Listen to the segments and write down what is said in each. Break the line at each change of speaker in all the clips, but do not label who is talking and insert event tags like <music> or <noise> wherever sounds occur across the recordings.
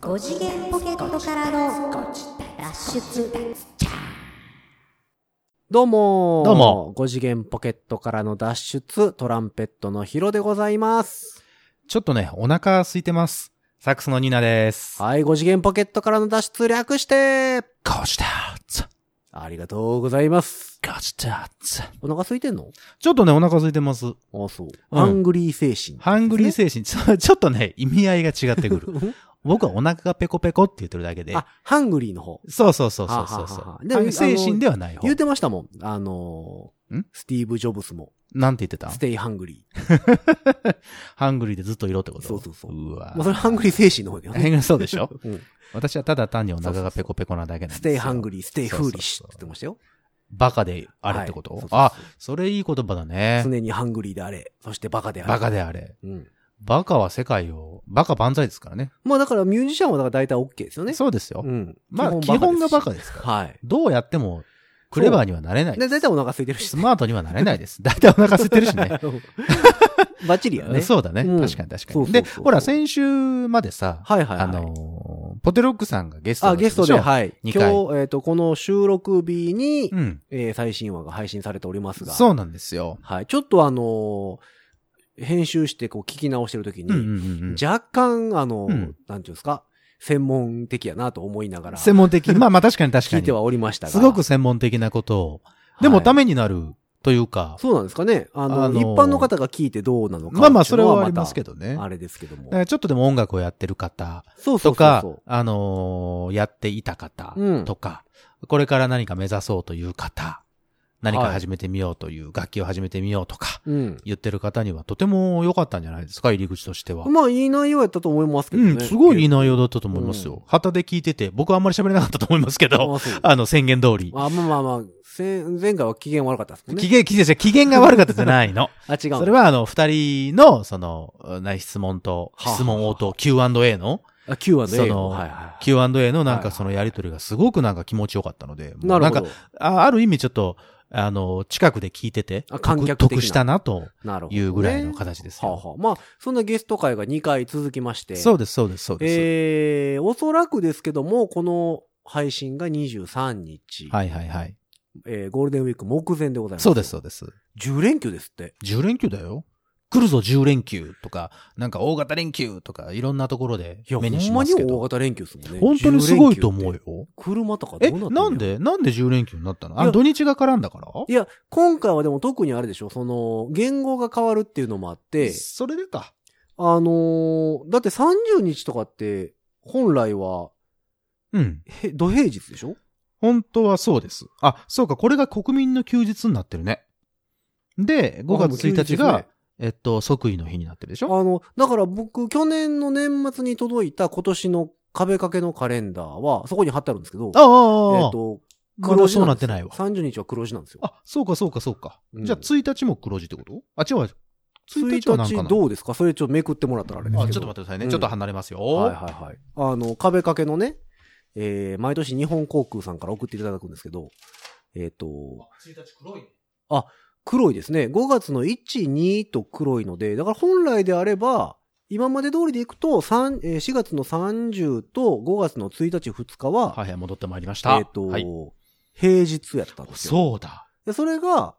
5次元ポケットからの脱出
どうもー
どうも。
5次元ポケットからの脱出、トランペットのヒロでございます。
ちょっとね、お腹空いてます。サックスのニーナです。
はい、5次元ポケットからの脱出略して
ガチだつ、
ありがとうございます。
ガチだつ。
お腹空いてんの
ちょっとね、お腹空いてます。
あ、そう。ハングリー精神。
ハングリー精神、ちょ <laughs> ちょっとね、意味合いが違ってく
<laughs>
る。僕はお腹がペコペコって言ってるだけで。
あ、ハングリーの方。
そうそうそうそうそう
はははは
そう。
で
ハングリー精神ではない方
言。ってましたもん。あのー
ん
スティーブ・ジョブスも、
なんて言ってた
ステイハングリー。
ハングリーでずっといろってこと
そうそうそう
わ
まあ、それハングリー精神の方だよね。
ー。そうでし
<laughs>
ょ
うん
私はただ単にお腹がペコペコなだけなんです
ス
よ
テイハングリー、ステイフーリッシュ
そ
って
うそうそう
言ってましたよ。
バカであれってこと、
はい
あ、それいい言葉だね。
常にハングリーであれ、そしてバカであれ。
バカであれ。
うん。
バカは世界を、バカ万歳ですからね。
まあだからミュージシャンはだから大体 OK ですよね。
そうですよ。
ん。
まあ、基本がバカ
で
で
す
すか
し。
ら。
はい。
どうやっても、クレバーにはなれない。
で、大体お腹空いてるし
ス。マートにはなれないです。 <laughs> だいたいお腹空いて
<laughs>
るしね。
バッチリやね。う。
そうだね。
ん
確かに確か
そうそう
に。
そう
で、ほら、先週までさ、
はいはいはい。
あのー、ポテロックさんがゲストだ
あ、
ったで
ゲ
し
ス
ょ
トで、はい。今
二
日、え
回
っ、と、この収録日に、
うん。
えー最新話が配信されておりますが。
そうなんですよ。
はい。ちょっとあのー編集してこう聞き直してるとき
うんうん
に、
うん
若干、あのー
うん
なんていうんですか、専門的やなと思いなが
うん。
ら、
専門的。まあまあ確かに確か
聞い
に
て。はおりましたが。
すごく、専門的なことを。でもた、めになるというか、
そうなんですかね。あの、
あのー
一般の方が聞いてどうなのか
まあまあそれはあ
って
り
いうの
ますけどね。
あれですけども
だか。らちょっとでも音楽をやってる方
そうそうそ
と
う
か
そう。、
あのーやっていた方
うん
とか、これから何か目指そうという方、何
は
か
い
始めてみようという、楽器を始めてみようとか、
うん。
言ってる方にはとても良かったんじゃないですか、入り口としては。
まあ、いい内容やったと思いますけ
う
どね。
ん、すごいいい
内
内容だったと思いますよ。
うん
旗で聞いてて、僕はあんまり喋れなかったと思いますけど、
あ、そう
あの宣言通り。
あまあまあまあ、せん前回は機嫌悪かったですもんね。
機嫌、機嫌、機嫌が悪かったじゃないの。
あ、 <laughs> 違うの。
それはあの、二人の、その、な質問と、
はあ
質問応答、Q&A の、
あ、9話
そ
ね。
の
はいはい。
Q&A のな
は
ん
いは
か
い
そのやりとりがすごくなんか気持ちよかったので、も
な
う
る
な
ほ
んか
ど。
あある意味ちょっと、あの、近くで聞いてて、
あ観客的な
得得したなと
なるほどね。
いうぐらいの形です
はあ
よ。
はあ。まあ、そんなゲスト会が2回続きまして。
そうです、そうです、そうです。
えー、おそらくですけども、この配信が23日。
はいはいはい。
えーゴールデンウィーク目前でございます。
そうです、。そうです。
10連休ですって。
10連休だよ。来るぞ10連休とか、なんか大型連休とか、いろんなところで
いや、ほ
目にし
ん
ま
ますに
け
大
ど。
型連休ですもんね。
本当にすごいと思
10
う
連休って。
よ。
車とかどう
え、
なってんの
なんで、なんで10連休になったの
い
あ、
や
土日が絡んだから
いや、今回はでも特にあれでしょ、その、言語が変わるっていうのもあって、
それでか。
あのーだって30日とかって、本来は、
うん。
へ土平日でしょ
本当はそうです。あ、そうか、これが国民の休日になってるね。で、5月1日が、、えっと、即位の日になってるでし
あ
ょ
の、だから僕、去年の年末に届いた今年の壁掛けのカレンダーは、そこに貼ってあるんですけど、
ああ、ああ
え
あ
っ、と、
ま
黒
だ
字
そう
な
なんっ
です
て
よ
ないわ。
30日は黒字なんですよ。
あ、そうか、そうか、そうか。
うん
じゃあ、1日も黒字ってことあ、違うわ。1
1
日はなんかな
日どうですかそれちょっとめくってもらったらあれです
あ、
け
ちょ
ど。
っと待ってくださいね。
うん
ちょっと離れますよ。
はいはいはい。あの、壁掛けのね、えー、毎年日本航空さんから送っていただくんですけど、えっ、と、黒いですね。5月の1、2と黒いので、だから本来であれば、今まで通りでいくと、三えー4月の30と5月の1日、2日は、
はいはい、戻ってまいりました。
えっ、と、
はい、
平日やったんですよ。
そうだ。
でそれが、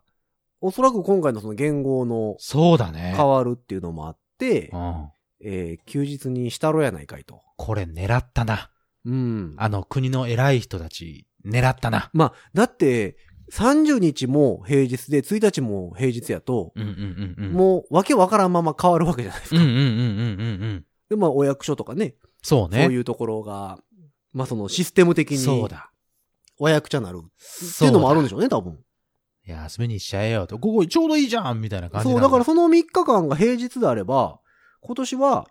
おそらく今回のその言語の
そうだね。
変わるっていうのもあって
う、ん。
えー休日にしたろやないかいと。
これ狙ったな。
うん。
あの、国の偉い人たち、狙ったな。
まあ、だって、30日も平日で、1日も平日やと、
うんうんうんうん。
もう、わけわからんまま変わるわけじゃないです
う
か。
んうんうんうんうんうん。
で、まあ、お役所とかね、
そうね。
そういうところが、まあ、そのシステム的
そう
に、
だ。
お役者なるっ
そ
ていうのもあるん
だ
でしょうね、多分。
いや、休みにしちゃえよと。ここちょうどいいじゃんみたいな感じ
そ
な
う、
んだ
だからその3日間が平日であれば、今年は、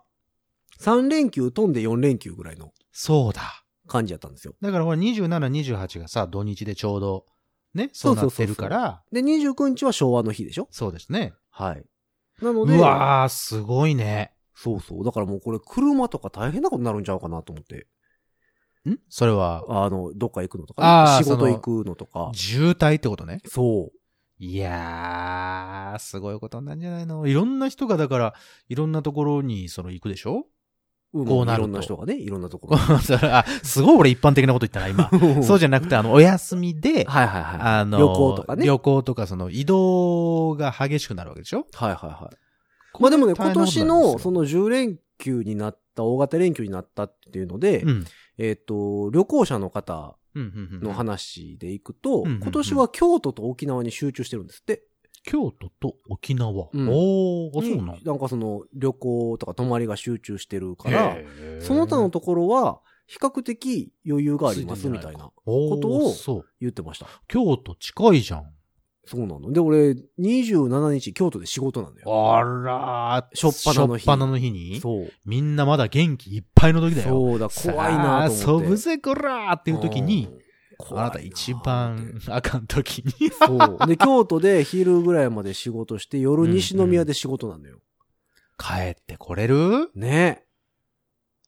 3連休飛んで4連休ぐらいの
そうだ。
感じやったんですよ。
だからほら、27、28がさ、土日でちょうど、ね、そうなってるから、
で、29日は昭和の日でしょ
そうですね。
はい。なので、
うわー、すごいね。
そうそう。だからもうこれ車とか大変なことになるんちゃうかなと思って。
んそれは、
あの、どっか行くのとか、
あ
仕
ー
事
その
行くのとか。
渋滞ってことね。
そう。
いやー、すごいことになるんじゃないのいろんな人が、だから、いろんなところに、その、行くでしょ <laughs>
うん
こうなると
いろんな人がね、いろんなところに。
<laughs> それあ、すごい俺一般的なこと言った
<laughs>
な、今。そうじゃなくて、あの、お休みで、
はいはいはい。
あの、
旅行とかね
旅行とか、その、移動が激しくなるわけでしょ
はいはいはい。まあでもね、
これ
今
大変なこと
年
なんですよ
のその10連休になった、大型連休になったっていうので、
うん。
えっ、と、旅行者の方
うん、うん、うん。
の話でいくと、
うん
今年は京都と沖縄に集中してるんですって。
京都と沖縄。
うん
おー、あそうなの
になんかその旅行とか泊まりが集中してるか、
からら
その他のところは比較的余裕がありますみたいな
こと
を
そう。
言ってました。
京都近いじゃん。
そうなの。で、俺27日京都で仕事なんだよ。
あらー、
しょっぱなの日
しょっぱなの日に
そう。
みんなまだ元気いっぱいの時だよ。
そうだ、
さあ
怖いなと思って。
遊ぶぜ、こらーっていう時
う
に、
ん、
あ
怖い
な
と
た
思って
一番あかん時に。
そう。で、京都で昼ぐらいまで仕事して、夜西宮で仕事なのよ。
帰ってこれる
ね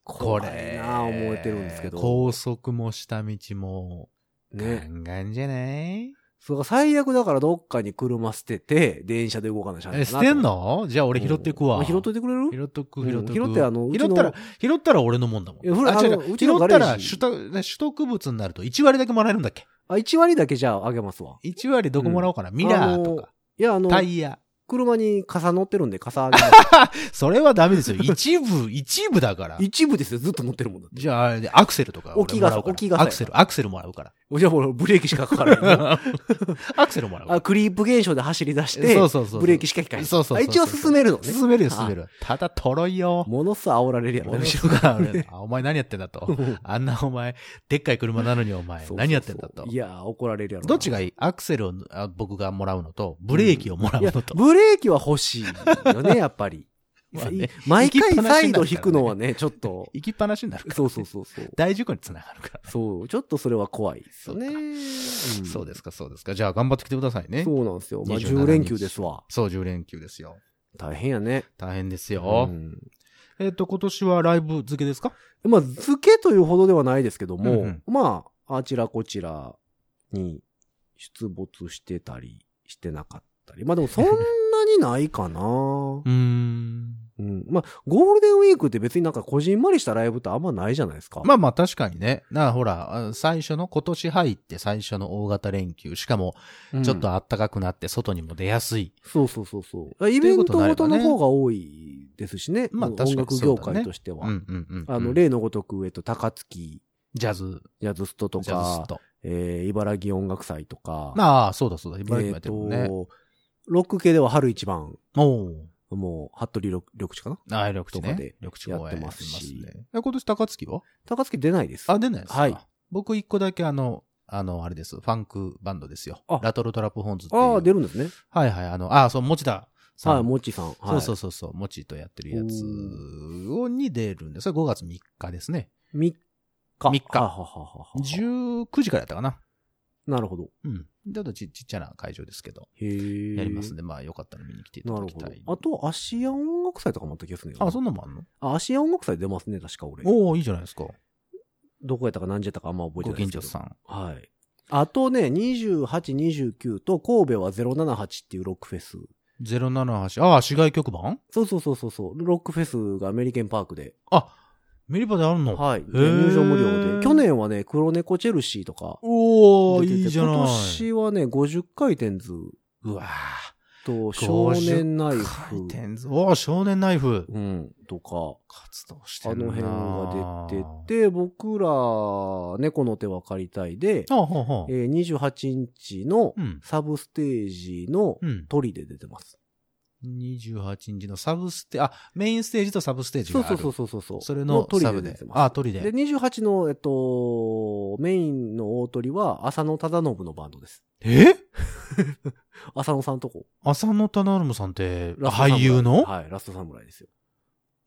こ
怖い
れ。
なあ思えてるんですけど
高速も下道も、ガ
ね
ンガンじゃない
そうか、最悪だからどっかに車捨てて、電車で動かなしゃあない
え、
かな
捨
と
てんのじゃあ俺拾ってく
う
わ。
ん拾っといてくれる
拾っとく、
うん
拾っとく。
拾ってあのうち
拾
の
ったら、拾ったら俺のもんだも
いやほ
ん。
ら
あ、違う
あの
違う。
うち
拾
の
ったら
ガレージ
取得、取得物になると1割だけもらえるんだっけ
あ、1割だけじゃああげますわ。
?1 割どこもらおうかな。ミラーとか、
いや、あの、
タイヤ。
車に傘乗ってるんで傘あげます。
それはダメです
<laughs>
よ。一部、一部だから。
一部ですよ、ずっと乗ってるもんだって。
じゃああれで、アクセルとか俺
置き
も
傘
らうから。
置き傘や
アクセル、アクセルもらうから。
じゃあもうブレーキしかかから
<laughs>
ない。 <laughs>
アクセルもらうから
あ、クリープ現象で走り出して、
そうそうそうそう
ブレーキしか効かない。
そうそうそうそう
あ一応進めるのね。
進めるよ、進めるよ。ただ、とろいよ。
ものすごい煽られるやろ
俺、後ろから俺、あお前何やってんだと。あんなお前、でっかい車なのにお前、
そうそうそう
何やってんだと
い。やー、怒られるやろな。
どっちがいいアクセルをあ僕がもらうのと、ブレーキをもらう
いや
のと。
ブレーキは欲しいよ
<laughs>
ね、やっぱり。
まあね
毎回
行きっぱな
サ
し
イ
にな
ド
るからね
引くのはね、ちょっと。
行きっぱなしになるから。
そうそうそうそう。
大事故につながるから。
そう、ちょっとそれは怖いですよね。ん
そうですか、そうですか。じゃあ、頑張ってきてくださいね。
そうなんですよ。まあ、
27
10連休ですわ。
そう、10連休ですよ。
大変やね。
大変です
う
よ。
ん
えっと、今年はライブ付けですか
まあ、付けというほどではないですけども、
うん
まあ、あちらこちらに出没してたり、してなかったり。まあでもそんなにないか
<laughs>
な
うーん。
うん。まあ、ゴールデンウィークって別になんかこじんまりしたライブってあんまないじゃないですか。
まあまあ確かにね。なあ、ほら、あ最初の、今年入って最初の大型連休。しかも、
うん
ちょっと暖かくなって外にも出やすい。
そうそうそうそう。イベントごとの
ということになればね
方が多いですしね。
まあ
うん
確
音
かに
楽
そうだね
業界としては。
うんうんうん。
あの、
レ
例のごとく、えっと、高槻、
ジャズ、
ジャズストと
ジャズス
か、
ト。
えー、茨城音楽祭とか、
まあ、そうだそうだ。茨城も
え
や
っ
ってるもんね。
と、ロック系では春一番、
おー。
もう、服部緑緑地かな
ああ、緑地
とか
ね
で。
緑地公園
やってますし
やってますねえ今年高槻は
高槻出ないです。
あ、出ないですか
はい。
僕一個だけあの、あの、あれです。ファンクバンドですよ
あ。
ラトルトラップホーンズっていう。
ああ、出るんですね。
はいはい。あの、ああ、そう、持田さん。
はい、もっちさん。はい、
そうそうそうそう、もちとやってるやつをに出るんです。それ5月3日ですね。
う。3日。
三日
ははははは
19時からやったかな。
なるほど。
うん。ちょっとちちっちゃな会場ですけど、
へえ。
やりますんで、まあよかったら見に来ていた
な
だ
る
き
ほ
たい。
ど。あと、芦屋音楽祭とかもあった気がするんだよ
あ、
な
そんなもんあんの
あ、芦屋音楽祭出ますね、確か俺。
おおいいじゃないですか。
どこやったか何時やったかあんま覚
ご
えてない
近
です
所
けど。
さん。
はい。あとね、28、29と、神戸は078っていうロックフェス。
078、ああ、市外局番
そうそうそうそうそう、ロックフェスがアメリケンパークで。
あ、メリバであるの
はい。で
へー
入場無料で。去年はね、黒猫チェルシーとか
おお
出てて。
いいじゃない。
今年はね、50回転図
うわ
と、
ー
少年ナイ
回
フ。
転ずおー少年ナイフ。
うん、とか。
活動して
あ
る
の
な
辺が出てて、僕ら、猫の手は借りたいで、
あ、ほうほ
え
う。
ー28インチの
うん。
サブステージの
うん。
鳥で出てます。
28日のサブステ、あ、メインステージとサブステージ
そ
が
う
ある。
そうそうそうそう。
それの
鳥
サ
で
ブ
出
で
て。ます。
あ、トリ
で、
で。
28の、えっと、メインの大鳥は、浅野忠信のバンドです。
え
浅野さんとこ。
浅野忠信さんって、
ラストサムライ
俳優の
はい、ラストサムライですよ。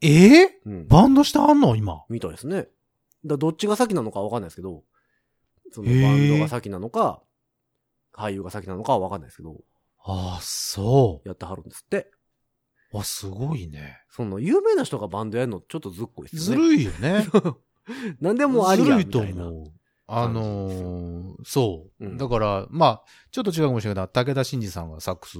えー
うん。
バンドしてあんの今。
みたいですね。だどっちが先なのかわかんないですけど、その
へー
バンドが先なのか、俳優が先なのかはわかんないですけど、
あ、そ
やってはるんですって。
う。あ、すごいね。
その、有名な人がバンドやるのちょっとずっこいっすよ <laughs>
ず
ね。
るいよね。
なんでもあり
ず
や
る
み
いと
たいな。
思う。あ
感じですよ
のーそう、
うん
だから、まあ、ちょっと違うかもしれないけど、武田真治さんはサックス。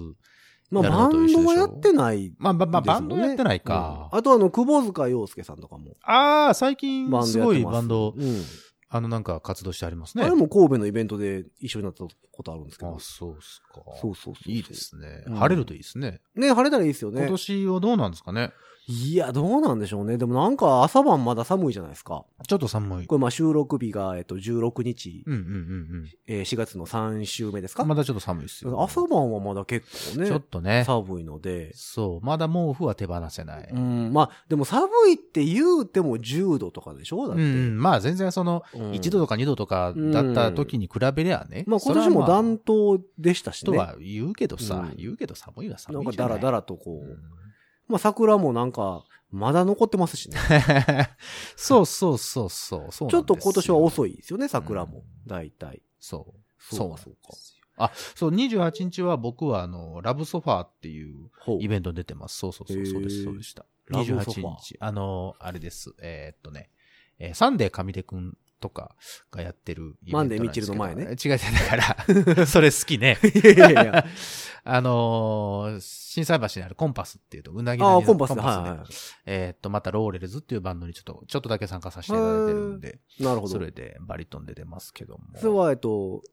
まあ、
やる
バ
のと
ン
一
ド
緒でしょ
はやってない
まあ、まあ、まあ、
です
バ
も
ン
んね
ドやってないか。
うんあとあの、久保塚洋介さんとかも。
ああ、最近
バンドやってます
すごいバンド、
うん。
あのなんか活動してありますね。
あれも神戸のイベントで一緒になったことあるんですけ
あ
ど。
そうっすか。
そうそうそう。
いいで。すね、
うん
晴れるといいですね。
ね、晴れたらいいですよね
今。年はどうなんですかね。
いや、どうなんでしょうね。でもなんか朝晩まだ寒いじゃないですか。
ちょっと寒い。
これまあ収録日が、えっと、16日、
うんうんうん
えー4月の3週目です
う
か、
ん。まだちょっと寒いですよ。
朝晩はまだ結構ね、
ちょっとね。
寒いので。
そう。まだ毛布は手放せない。
う
うん
ん、まあ、でも寒いって言うても10度とかでしょだっ
う
て。
ん、まあ全然その、
うん
1度とか2度とかだった時に比べりゃね。
まあ今年も
それはま
暖冬でした
あ
し
と
ね。
は言うけどさ
う、ん
言うけど寒いは寒
なん
い
か
じゃ
ダ
な
ラ
い。
ダ
ラ
ラとこう。まあ桜もなんか、まだ残ってますしね。
そうそうそうそう。そう
ちょっと今年は
い。
遅いですよね、桜も。大体。
そう。
そうか、
そ
そうう
なん
か
で。すよあ、そう、28日は僕はあの、ラブソファーっていう
ほう
イベントに出てます。そうそうそ
へ
う、
ー
そうです、そうでした。
ラブソファー
28日、あの、あれです。えーっとね、えーサンデー神手くんとかがやってるイベントなんですけど。
マンデーミッチェルの前ね
違う違う、だから、 <laughs> それ好きね。
い <laughs> やいやいや。
<laughs> あのー、震災橋にあるコンパスっていうと、うなぎ
あ
の
あ、コンパスね。はい
ね
は
えーっと、またローレルズっていうバンドにちょっと、ちょっとだけ参加させていただいてるんで、
い。なるほど。
そ
そ
れ
れ
でバリトンで出ますけども。
は、えっと、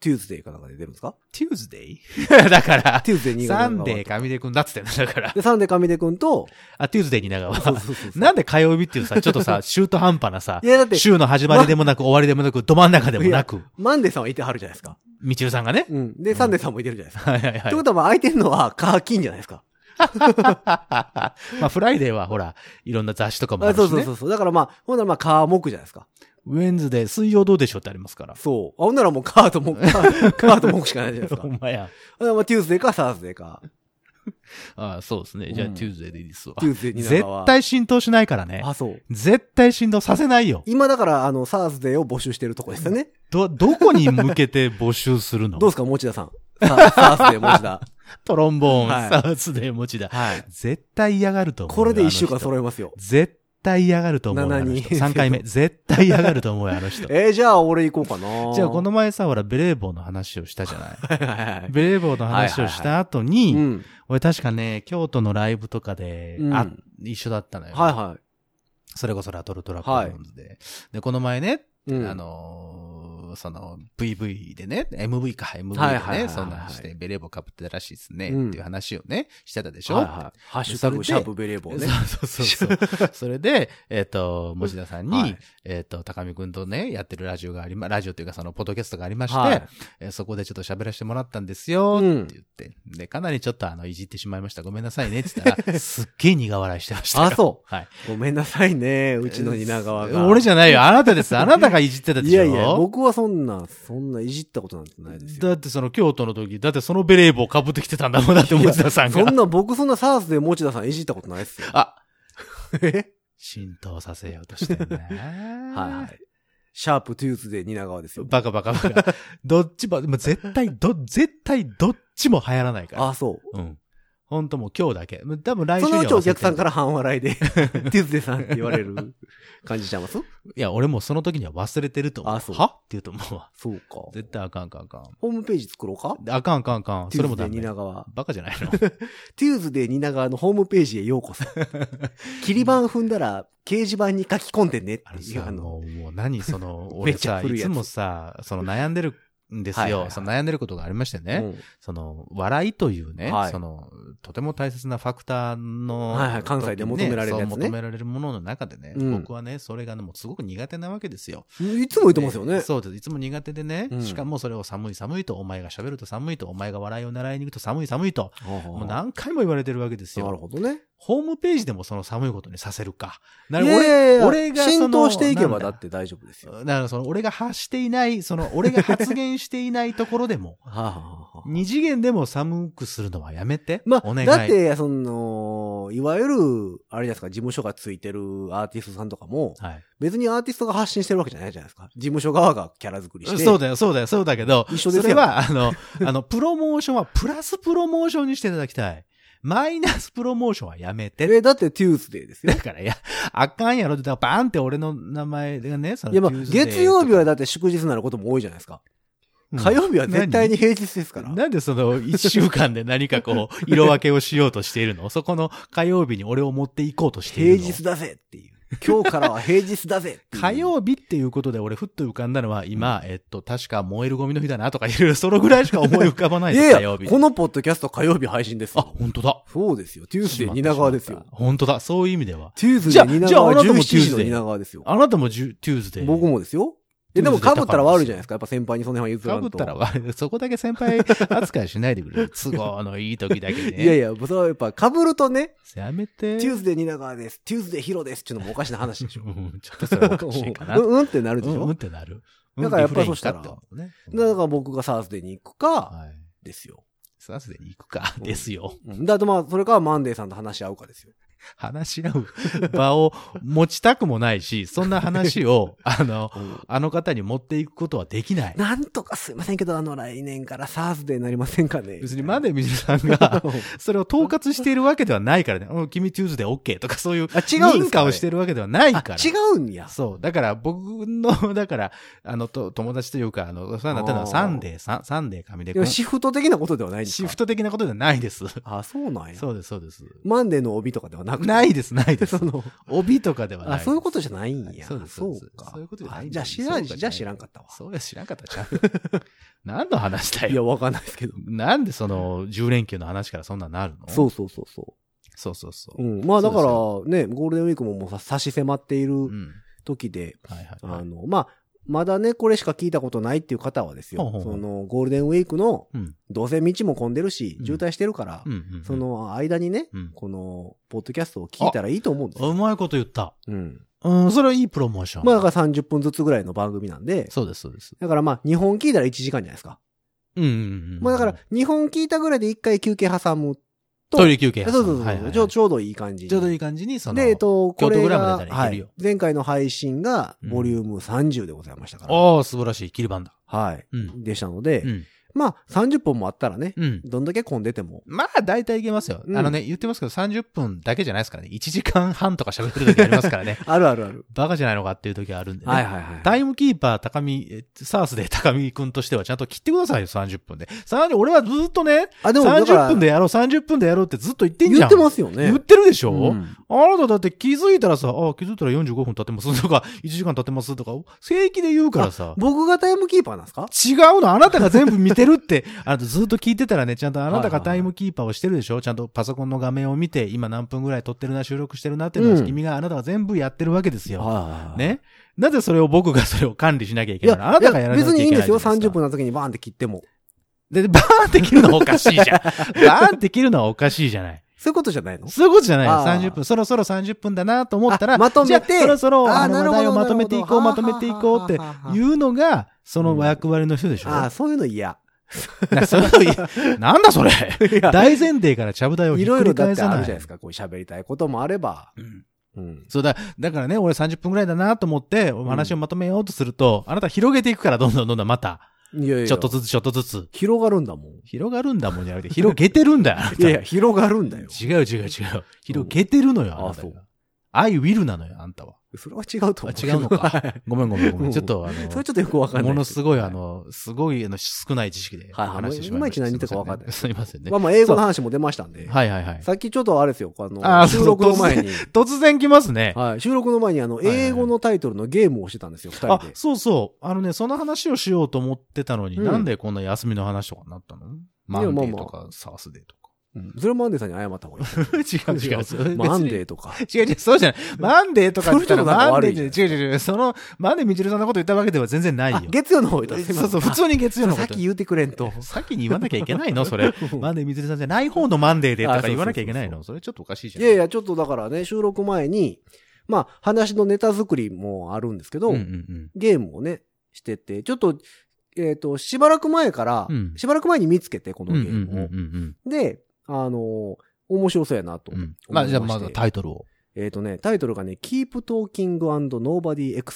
テューズデーかなんかで出るんですか
テューズデイ <laughs> だから、
テューズデー新潟
サ
の
ンデー神出くんだっつってんだだから。
で、サンデー神出くんと、
あ、テューズデーに長
そう
は。
そうそうそう
なんで火曜日っていうさ、ちょっ
<laughs>
とさ、中途半端なさ
い、や、だって、
週の始まりでもなく、終わりでもなく、ど真ん中でもなく、
マンデーさんはいてはるじゃないですか。
みちるさんがね。
うん。で、サンデーさんもいてるじゃないですか。
はいはいは
っ
い
て <laughs> こ。とは、まあ、空いてるのは、カーキンじゃないですか。
まあ、フライデーはほら、いろんな雑誌とかもあ
あ
るし
そ
ね。
うそうそうそう。だからまあ、ほんならまあ、カー木じゃないですか。
ウェンズデー、水曜どうでしょうってありますから。
そう。あ、ほんならもう、 <laughs> カーと木、カーカーと木しかないじゃないです <laughs>
ほ
か。
んまや。
あまあ、テューズデーか、サーズデーか。
ああそうですね。じゃあ、
うん
テューズデーでいいですわ。
テューズデーに
絶対浸透しないからね。
あ、そう。
絶対浸透させないよ。
今だから、あの、サーズデーを募集してるとこですよね。
ど、どこに向けて募集するの
どうですか、持田さん。さサーズデー、持田。
トロンボーン、
はい
サウスデー持ちだ。
<laughs> はい。
絶対嫌がると思うよ。
これで一週
あの
間
人
揃えますよ。
絶対嫌がると思うよ。あの人
7人
3回目。
<laughs>
絶対嫌がると思うよ、あの人。
えー、じゃあ俺行こうかな。
<laughs> じゃあ、こ、の前さ、ほら、ベレー帽の話をしたじゃな
は
い。
いはいはい。
ベレー帽の話をした後
う
に、
ん。
俺確かね、京都のライブとかで、
うん
あ、一緒だったのよ。
はいは
それこそラトルトラポーンズで。で、この前ね、
い。うん
あ、のーその、VV でね、MV か、MV
はいはいはいは
でね、
い
そんなんして、ベレー帽被ってたらしいですね、
うん
っていう話をね、してたでしょ、
はいはい。ハッシュタグ、シャープベレー帽ね。
<laughs> そうそうそう
<laughs>
そう。それで、えっ、と、持田さんに、
はい
えっ、と、高見くんとね、やってるラジオがありま、ラジオというかその、ポッドキャストがありまして、
はい
えーそこでちょっと喋らせてもらったんですよ、
う
って
ん
言って、で、かなりちょっとあの、いじってしまいました。ごめんなさいね、って
<laughs>
言ったら、すっげえ苦笑いしてましたよ。。
あそう
はい。
ごめんなさいね、うちの蜷川が。
<laughs> 俺じゃないよ。あなたです。あなたがいじってたで
い
しょ
やいや、僕はそんな、そんないじったことなんてないですよ。
だってその京都の時、だってそのベレー帽被ってきてたんだもん、だって持田さん
そ
が
ん。な、僕そんなサーズで持田さんいじったことないですよ。
あ、
え
浸透させようとしてるね。
<laughs> はいはい。シャープトゥーズで蜷川ですよ。
バカバカバカ。どっちも、もう絶対、ど、絶対どっちも流行らないから。
あ、そう。
うん。ほんともう今日だけ。もう多分来週
そ
には
のうちお客さん
忘れてる
から半笑いで、トゥーズデーさんって言われる感じちゃいます
いや、俺もうその時には忘れてると思う。
あそう
はって言うと思うわ。
そうか。 <laughs>
絶対あかんあかんあかん。
ホームページ作ろうか
あかんあかんあかん。それもダ
トゥーズデー
メ。
蜷川。
バカじゃない
<laughs>
の
トゥーズデー蜷川のホームページへよう
<laughs>
こそ。切り板踏んだら掲示板に書き込んでねって
あれ
いう。あ
さ、
の
もう、もう何その、
<laughs> め
俺
っちゃ
さ、
古
い
いやつ
つもさ、その悩んでるんですよ。
はいはいはい
その悩んでることがありましてね。
うん
その、笑いというね、
はい
その、とても大切なファクターの、
はいはい関西で求められるやつね
そう求められるものの中でね、
うん
僕はね、それがね、もうすごく苦手なわけですよ。
いつも言ってますよね。
でそうです。いつも苦手でね、
うん
しかもそれを寒い寒いと、お前が喋ると寒いと、お前が笑いを習いに行くと寒い寒いと、も
も
う何回も言われてるわけです
なる
よ。
ほどね。
ホームページでもその寒いことにさせるか。ないる
やいやいや
俺がその
浸透していけば
なんだ
だって大丈夫ですよ。は
だからその、俺が発していない、そ
<laughs>
の、俺が発言していないところでも、
あはあはあ
二次元でも寒くするのはやめて。
ま
お
あ、
願い。
だって、その、いわゆる、あれじゃないですか、事務所がついてるアーティストさんとかも、
はい。
別にアーティストが発信してるわけじゃないじゃないですか。事務所側がキャラ作りして。
そうだよ、そうだよ、そうだけど、
一緒ですよ
<laughs> それは、あの、あの、プロモーションはプラスプロモーションにしていただきたい。マイナスプロモーションはやめて。
え、だってテュースデーですよ
だ。から、いや、あかんやろって、だからバーンって俺の名前がね、その
いや、まあ、
Tuesday
月曜日はだって祝日になることも多いじゃないですか。
うん
火曜日は絶対に平日ですから。
なんでその一週間で何か
<laughs>
こう、色分けをしようとしているのそこの火曜日に俺を持っていこうとしている
平
の
日だぜっていう。今日からは平日だぜっていう
<laughs> 火曜日っていうことで俺ふっと浮かんだのは今、えっと、確か燃えるゴミの日だなとかいろいろそのぐらいしか思い浮かばな
<laughs>
い
い
です
や
火
い
曜
や、
日。
このポッドキャスト火曜日配信です
あ、
よ。
本当だ。
そうですよ。テュースデー蜷川ですよ。
本当だ。そういう意味では。
テューズ
じ
デ
ゃあ
ー蜷
じゃああ
川
なたも
17時
Tuesday
の蜷川ですよ。
あなたもジュテューズデー。
僕もですよ。え、でも
Tuesday だ
被
から
ったら悪いじゃないですか。やっぱ先輩にその辺は譲
から
ん
ぶ
と。
ったら <laughs> 悪い。そこだけ先輩扱いしないでくれる。都合のいい時だけね。
いやいや、それはやっぱ被るとね、
やめ
テ
て。
ューズデー蜷川です、テューズデーヒロです <laughs> っていうのもおかしな話でしょ。
うんちょっとそれおかしいかな。
うんうんってなるでし
うん
ょ、
うんってなる。
だからやっぱりそうしたら
リフレインかってことね。
だから僕がサースデーに行くか、
はい。
ですよ。
サスでに行くか、ですよ。
うんで、あとまあ、それかマンデーさんと話し合うかですよ。
話し合う場を持ちたくもないし、そんな話を、あの、あの方に持っていくことはできない。
なんとかすいませんけど、あの、来年からサースデーになりませんかね。
別にマンデーミジルさ
<laughs>
んが、それを統括しているわけではないからね。うん君トゥーズで OK とかそういう
あ、違うんです
認
か、
可
ね、
をしてるわけではないから。
あ違うんや。
そう。だから、僕の、だから、あの、と、友達というか、あの、そうなったのはサンデーさん、サンデー神で
でもシフト的なことではないんです
シ
か
フト的なことではないです。
あ、そうなんや。
そうです、そうです。
マンデーの帯とかではなくて。
ないです、ないです
<laughs> そ。の、
帯とかではない
あ、
です。
そういうことじゃないんや。
そうですそうです
そうか。
そういうことじゃないん
あ
だ
じゃあ知
そう
ら
い
ん、
うことじゃない
じゃあ知らんかったわ。
そうや、知らんかったじゃん。 <laughs> 何の話だ
いや、
よ。
わかんないですけど。
なんでその10連休の話からそんなんなるの
そうそうそうそ。
そうそうそうう。
うん。まあだから
そ
ね、ゴールデンウィークももうさ差し迫ってい
うん。
る時で、
はいはいは
あ
い。
の、まあ、まだね、これしか聞いたことないっていう方はです
ほうほ
よ
う。ほう
その、ゴールデンウィークの、
うん。
どうせ道も混んでるし
う、ん
渋滞してるから
う、んうんうん。
そ、の間にね、
うん。
この、ポッドキャストを聞いたらいいと思うんですよ。
うまいこと言った。
うん。
うん、それはいいプロモーション。
まあだから30分ずつぐらいの番組なんで、
そうです、そうです。
だからまあ、2本聞いたら1時間じゃないですか。
うんうんうん。
まあだから、、2本聞いたぐらいで1回休憩挟むと、
トイレ休憩。
そうそうそうそう、
はいはいはい
ちょ。ちょうどいい感じに。
ちょうどいい感じに、その、
で、えっと、こ
京都
れ
グラムだ
が、
ったらい
は
けるよ
い、前回の配信が、
うん
ボリューム30でございましたから。
おー、素晴らしい、切り番だ。
はい、
うん
でしたので、
うん。
まあ、30分もあったらね、
うん。
どんだけ混んでても。
まあ、大体いけますよ。
うん
あのね、言ってますけど、30分だけじゃないですからね。1時間半とか喋ってる時ありますからね。
<laughs> あるあるある。
バカじゃないのかっていう時 <laughs> はあるんでね。
はいはいはい。
タイムキーパー、高見、えサースで高見くんとしてはちゃんと切ってくださいよ、30分で。さらに俺はずっとね、
あ、でもだから
30分でやろう、30分でやろうってずっと言ってんじ
言
ゃん。
ってますよね。
言ってるでしょ、
うん
あなただって気づいたらさ、あ気づいたら45分経ってますとか、1時間経ってますとか、正規で言うからさ。
僕がタイムキーパーなんですか
違うのあなたが全部見てる
<laughs>
って、あなたずっと聞いてたらね、ちゃんとあなたがタイムキーパーをしてるでしょちゃんとパソコンの画面を見て、今何分ぐらい撮ってるな、収録してるなっていうのは、
うん
君があなたが全部やってるわけですよ。
は
ね。なぜそれを僕がそれを管理しなきゃい
い
けな
や、
いのあなたがやらなきゃいけない
別にいいんですよ。
じゃな
30
か
分。の時にバーンって切っても。
で、バーンできるのはおかし
<laughs>
いじゃん。バーンできるのはおかしいじゃない。
そういうことじゃないの
そういうことじゃないよ。
あー
30分、そろそろ30分だなと思ったら、
あまとめて
じゃあそろそろ、
あー
あの
な
話
るほど
題をまとめていこう、
な
ま
るほ
と
ど
めていこうっていうのが、その役割の人でしょ。
ああ、そういうの嫌。
なそういうなんだそ
<laughs>
れ
いや
大前提からちゃぶ台をひ
い
っ
ろ
く
いろ
り
だ
返
ってあ
さ
るじ
な
ゃ
い。
ないですか。こう喋りたいこともあれば。
うん
うん。
そうだ、だからね、俺30分くらいだなと思って、お話をまとめようとすると、あなた広げていくから、どんどんどんどんまた、
いやいや。
ちょっとずつちょっとずつ。
広がるんだもん。
広がるんだもんじゃなくて、広げてるんだよ、あなた
いやいや、広がるんだよ。
違う違う違う。広げてるのよ、
うん
あなた
あそ
が。I will なのよ、あんたは。
それは違うと思うけど。
あ違うのか
<laughs> はい
ごめんごめんごめ
うん
ん。ちょっと、あ
それ
の、
ちょっとよくわかんないです。
ものすごい、あ
は
の、すごい、あの、少ない知識で
はいはい
話してしまいました。
いまいち何言ってるかわかんない
すいません
い、
ね。
まあまあ、英語の話も出ましたんで。
はいはいはい。
さっきちょっとあれですよ、あの、
あー
収録の前に。
突然来ますね。
はい、収録の前にあの、
いはいはい
英語のタイトルのゲームをしてたんですよ、二人
あ
で、。
そうそう。あのね、その話をしようと思ってたのに、
うん
なんでこんな休みの話とかになったのマンデーとか、サースデーとか。 <laughs>
うんそれマンデーさんに謝った方がい
違う
い。
違う。そ <laughs> れ別に
マンデーとか。
違う違う、そうじゃない。マンデーとかって言ったら、
それちょっとなんか
マン
悪
デ
いじゃ
ー
ん
って、違う違う違う。その、マンデーみちるさんのこと言ったわけでは全然ないよ
あ。月曜の方言ったんですね
そうそう、普通に月曜のこ
さっ
と。
き言うてくれんと。
先に言わなきゃいけないのそれ。マンデーみちるさんじゃない方のマンデーでと
あ
か
そうそうそうそう
言わなきゃいけないのそれちょっとおかしいじゃ
い
ん。
やいや、ちょっとだからね、収録前に、まあ、話のネタ作りもあるんですけど、
うんうんうん。
ゲームをね、してて、ちょっと、えっ、と、しばらく前から、
うん
しばらく前に見つけて、この
うんう
ゲ
ん
ームを。
うんうん
で、あのー面白そうやなと
う
思い
ん。ま
ま
あ
して。
じゃあまずタイトルを。
えっ、とね、タイトルがね、Keep Talking and Nobody Explodes っ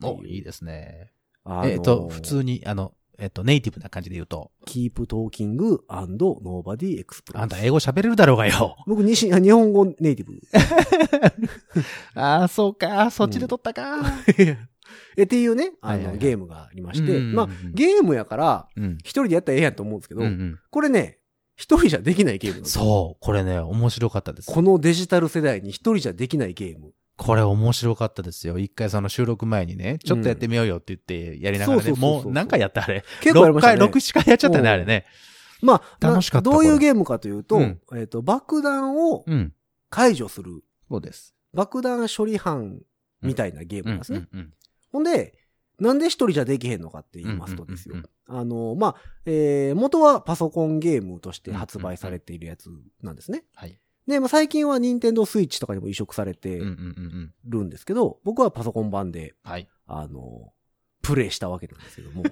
ていう。
お、いいですね。
あのー
えっと、普通に、あの、えっと、ネイティブな感じで言うと、
keep talking and nobody
あんた
explains.
英語喋れるだろうがよ。
<laughs> 僕、西、あ日本語ネイ
<laughs>
ティブ。
ああ、そうか。そっちで撮ったか。
え、っていうね、あ
はいはいは
の、
い
ゲームがありまして、
うん
まあ、ゲームやから、
うん。
一人でやったらええやんと思うんですけど
うんう、ん
これね、一人じゃできないゲームなんですよ
そう。これね、面白かったです。
このデジタル世代に一人じゃできないゲーム。
これ面白かったですよ。一回その収録前にね、ちょっとやってみようよって言ってやりながら
そ
ね、
うそうそうそう
もう何回やったあれ。
結構やりま
6
した
回、
ね。
6、7回やっちゃったね、
うん
あれね。
まあ、
楽しかった
などうい
こ
う
れ
ゲームかというと、
うん
えっ、と、爆弾を
うん。
解除する、
そうです。
爆弾処理班みたいなゲームなんですね。
うんうんうん
ほんで、なんで一人じゃできへんのかって言いますとですよ。
うんうん
あの、まあ、えー、元はパソコンゲームとして発売されているやつなんですね。
はい。
で、まあ、最近は任天堂スイッチとかにも移植されて
うんうんうんうん。
るんですけど、僕はパソコン版で、
はい。
あの、プレイしたわけなんですけど
<laughs>
も、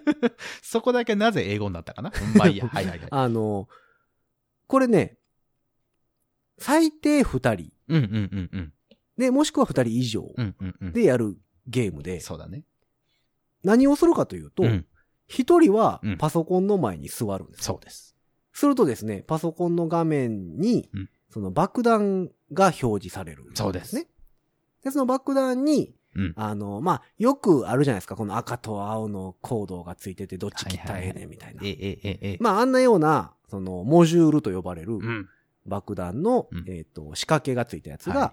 そこだけなぜ英語になったかなまあいいや。はいはいはい。
<laughs> あの、これね、最低二人、
うんうんうんうん。
で、もしくは二人以上
うんうんうん。
でやるゲームで、
そうだね。
何をするかというと
う、ん。
一人は
うん
パソコンの前に座るんです。
そうです。
するとですね、パソコンの画面に
うん、
その爆弾が表示される、
そうです
ね。で、その爆弾に、
うん
あの、まあ、よくあるじゃないですか、この赤と青のコードがついてて、どっち切ったらええねんみたいな。
ええええええ。
まあ、あんなような、その、モジュールと呼ばれる
うん。
爆弾の、
うん
えっ、と、仕掛けがついたやつ
は
が
い、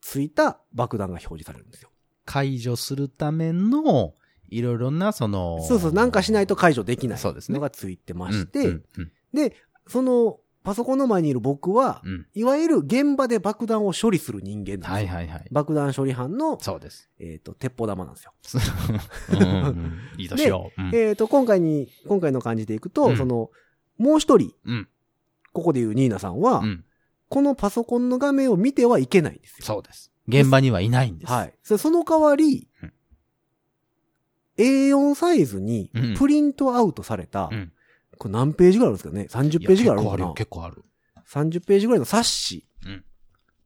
ついた爆弾が表示されるんですよ。
解除するための、いろいろな、その、
そうそう、なんかしないと解除できない
そうですね
のがついてまして、
うんうん
で、その、パソコンの前にいる僕は、
うん。
いわゆる現場で爆弾を処理する人間なんですよ。
はいはいはい。
爆弾処理班の、
そうです。
えっ、と、鉄砲玉なんですよ。
うん
<laughs>
うんうんいいとしよう。うん
えっ、と、今回に、今回の感じでいくと、
うん
その、もう一人、
うん。
ここでいうニーナさんは、
うん。
このパソコンの画面を見てはいけないんですよ。
そうです。現場にはいないんです。
はい。そその代わり、
うん
A4 サイズに
うん
プリントアウトされた、
うん
これ何ページぐらいあるんですかね ?30
いや。
ページぐらいあるのかな
結構ある、
?30 ページぐらいの冊子。
うん